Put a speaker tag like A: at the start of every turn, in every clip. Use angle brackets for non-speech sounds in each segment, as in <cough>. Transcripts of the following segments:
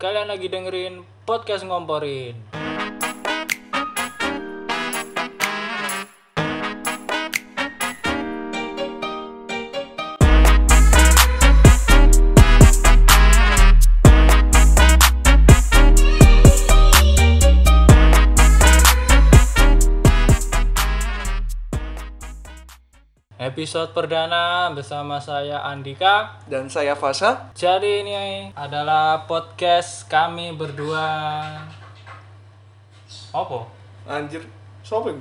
A: Kalian lagi dengerin podcast ngomporin. Episode perdana bersama saya Andika.
B: Dan saya Fasa.
A: Jadi ini adalah podcast kami berdua. Apa?
B: Anjir, shopping.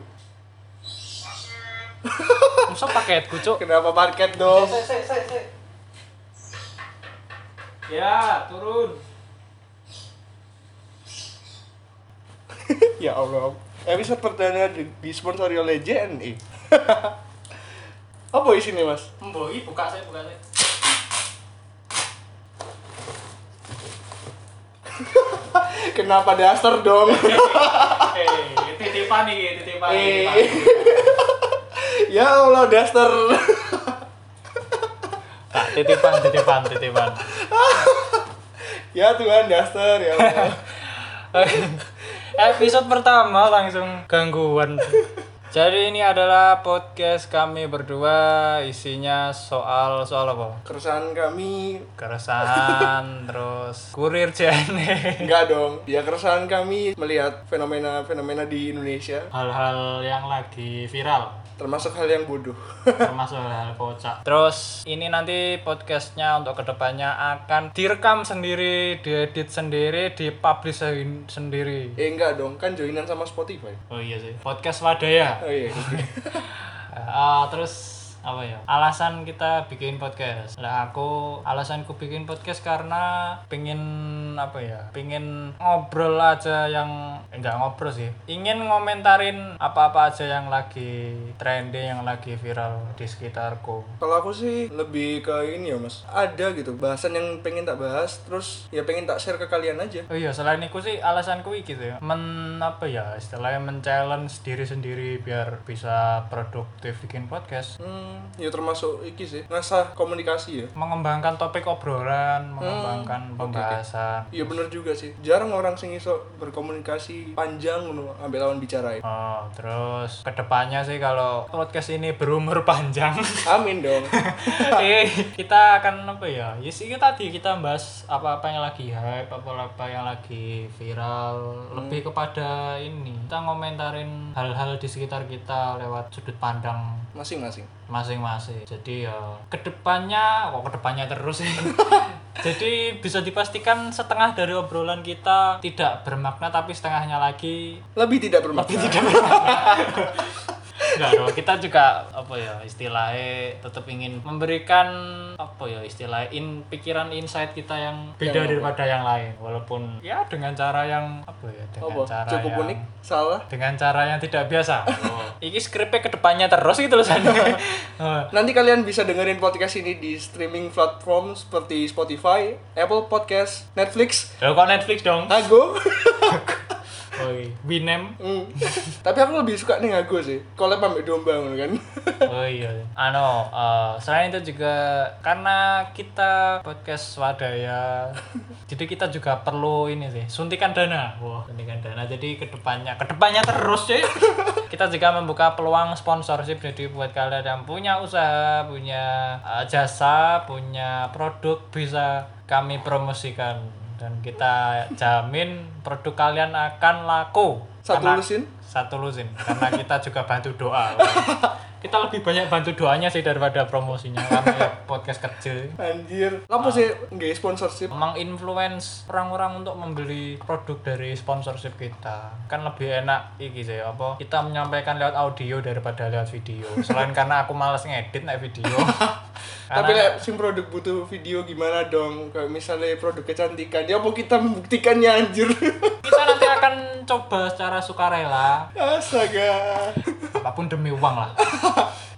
A: Masa paketku, Cuk?
B: Kenapa parket dong?
A: Ya, turun.
B: <laughs> ya Allah. Episode perdana di- disponsori oleh E. JNE. <laughs> Apa isinya mas?
A: Mboi, buka saya, buka saya.
B: Kenapa dasar dong?
A: Eh, titipan nih, titipan.
B: Eh.
A: titipan.
B: <laughs> ya Allah dasar.
A: Tak, titipan, titipan, titipan.
B: <laughs> ya Tuhan dasar ya Allah.
A: Eh, Episode pertama langsung gangguan. Jadi ini adalah podcast kami berdua, isinya soal soal apa?
B: <laughs> Keresahan kami
A: Keresahan, terus kurir jane.
B: Enggak dong, ya keresahan kami melihat fenomena-fenomena di Indonesia
C: hal-hal yang lagi viral
B: Termasuk hal yang bodoh <laughs>
C: termasuk hal-hal kocak
A: Terus ini nanti podcastnya untuk kedepannya akan direkam sendiri, diedit sendiri, dipublish sen- sendiri.
B: Eh enggak dong, kan joinan sama Spotify
C: oh iya sih podcast wadaya
B: Oh iya
A: <laughs> Eh,
C: Ah, terus apa ya
A: Alasan kita bikin podcast. Lah aku alasanku bikin podcast karena pengen apa ya? Pengen ngobrol aja yang eh, enggak ngobrol sih. Ingin ngomentarin apa-apa aja yang lagi trending, yang lagi viral di sekitarku.
B: Kalau aku sih lebih ke ini ya mas Ada gitu, bahasan yang pengen tak bahas Terus ya pengen tak share ke kalian aja
A: Oh iya, selain itu sih alasanku iki gitu ya. Men apa ya istilahnya men-challenge diri sendiri biar bisa produktif bikin podcast,
B: Hmm, ya termasuk iki sih Ngasah komunikasi ya
A: mengembangkan topik obrolan, mengembangkan pembahasan.
B: Iya bener juga sih Jarang orang sing iso berkomunikasi panjang ngono ambil lawan ya. bicarain
A: Oh, terus kedepannya sih kalau podcast ini berumur <laughs> panjang,
B: Amin dong
A: eh, kita akan apa ya? Ya sih itu tadi kita bahas apa-apa yang lagi hype, apa-apa yang lagi viral, lebih kepada ini. Kita ngomentarin hal-hal di sekitar kita lewat sudut pandang
B: Masing-masing
A: masing-masing. Jadi ya kedepannya, kok kedepannya terus sih. Jadi bisa dipastikan setengah dari obrolan kita tidak bermakna tapi setengahnya lagi
B: Lebih
A: Gitu
B: tidak bermakna
A: kan. <laughs> enggak dong. Kita juga apa ya istilahnya tetap ingin memberikan apa ya istilahnya in pikiran insight kita yang beda daripada yang lain walaupun ya dengan cara yang apa ya dengan
B: Apa?
A: cara
B: Cukup
A: yang
B: unik? Salah?
A: dengan cara yang tidak biasa. Iki skripnya kedepannya terus gitu loh <laughs> Sandi. Oh.
B: Nanti kalian bisa dengerin podcast ini di streaming platform seperti Spotify, Apple Podcast, Netflix,
A: Loh, kok Netflix dong?
B: Hago. <laughs>
A: Oi, Winem.
B: Hmm. <laughs> Tapi aku lebih suka nih Hago sih. Collab ambek domba ngono kan. <laughs>
A: Oh iya. Ano, eh, selain itu juga karena kita podcast swadaya, jadi kita juga perlu ini sih suntikan dana. Wah, suntikan dana. Jadi kedepannya, kedepannya terus sih. kita juga membuka peluang sponsorship jadi buat kalian yang punya usaha, punya eh, jasa, punya produk bisa kami promosikan dan kita jamin produk kalian akan laku.
B: Satu
A: Karena-
B: lusin.
A: satu lusin karena kita juga bantu doa <laughs> kita lebih banyak bantu doanya sih daripada promosinya karena ya podcast kecil
B: Anjir. Lapo sih nggak sponsorship?
A: menginfluence orang-orang untuk membeli produk dari sponsorship kita kan lebih enak iki sih apa kita menyampaikan lewat audio daripada lewat video selain karena aku males ngedit nek video
B: Tapi lek sing produk butuh video gimana dong? Kayak misalnya produk kecantikan, ya apa kita membuktikannya anjir? <laughs>
A: kita nanti akan coba secara sukarela
B: Astaga.
A: apapun demi uang lah <laughs>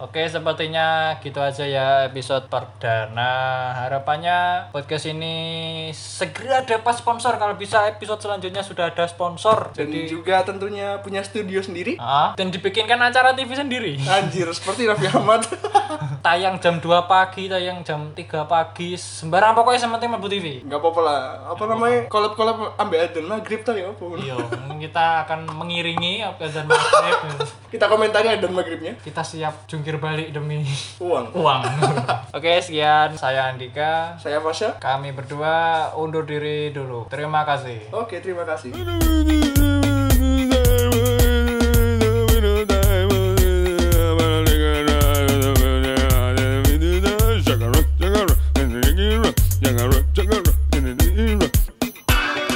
A: Oke, sepertinya gitu aja ya episode perdana. Harapannya podcast ini segera dapat sponsor. Kalau bisa episode selanjutnya sudah ada sponsor.
B: Dan
A: Jadi
B: juga tentunya punya studio sendiri.
A: ah, dan dibikinkan acara TV sendiri.
B: Anjir, seperti Raffi Ahmad. <laughs>
A: tayang jam 2 pagi, tayang jam 3 pagi, sembarang pokoknya yang penting mlebu TV.
B: Enggak apa-apa lah. Apa namanya? Kolab-kolab ambil adzan maghrib tau ya apa.
A: Yo, Iya, kita akan mengiringi azan maghrib.
B: Kita komentari adzan maghribnya.
A: Kita siap jungkir balik demi <laughs>
B: Uang.
A: uang. Oke, sekian saya Andika.
B: Saya Fasya.
A: Kami berdua undur diri dulu. Terima kasih.
B: Oke, terima kasih.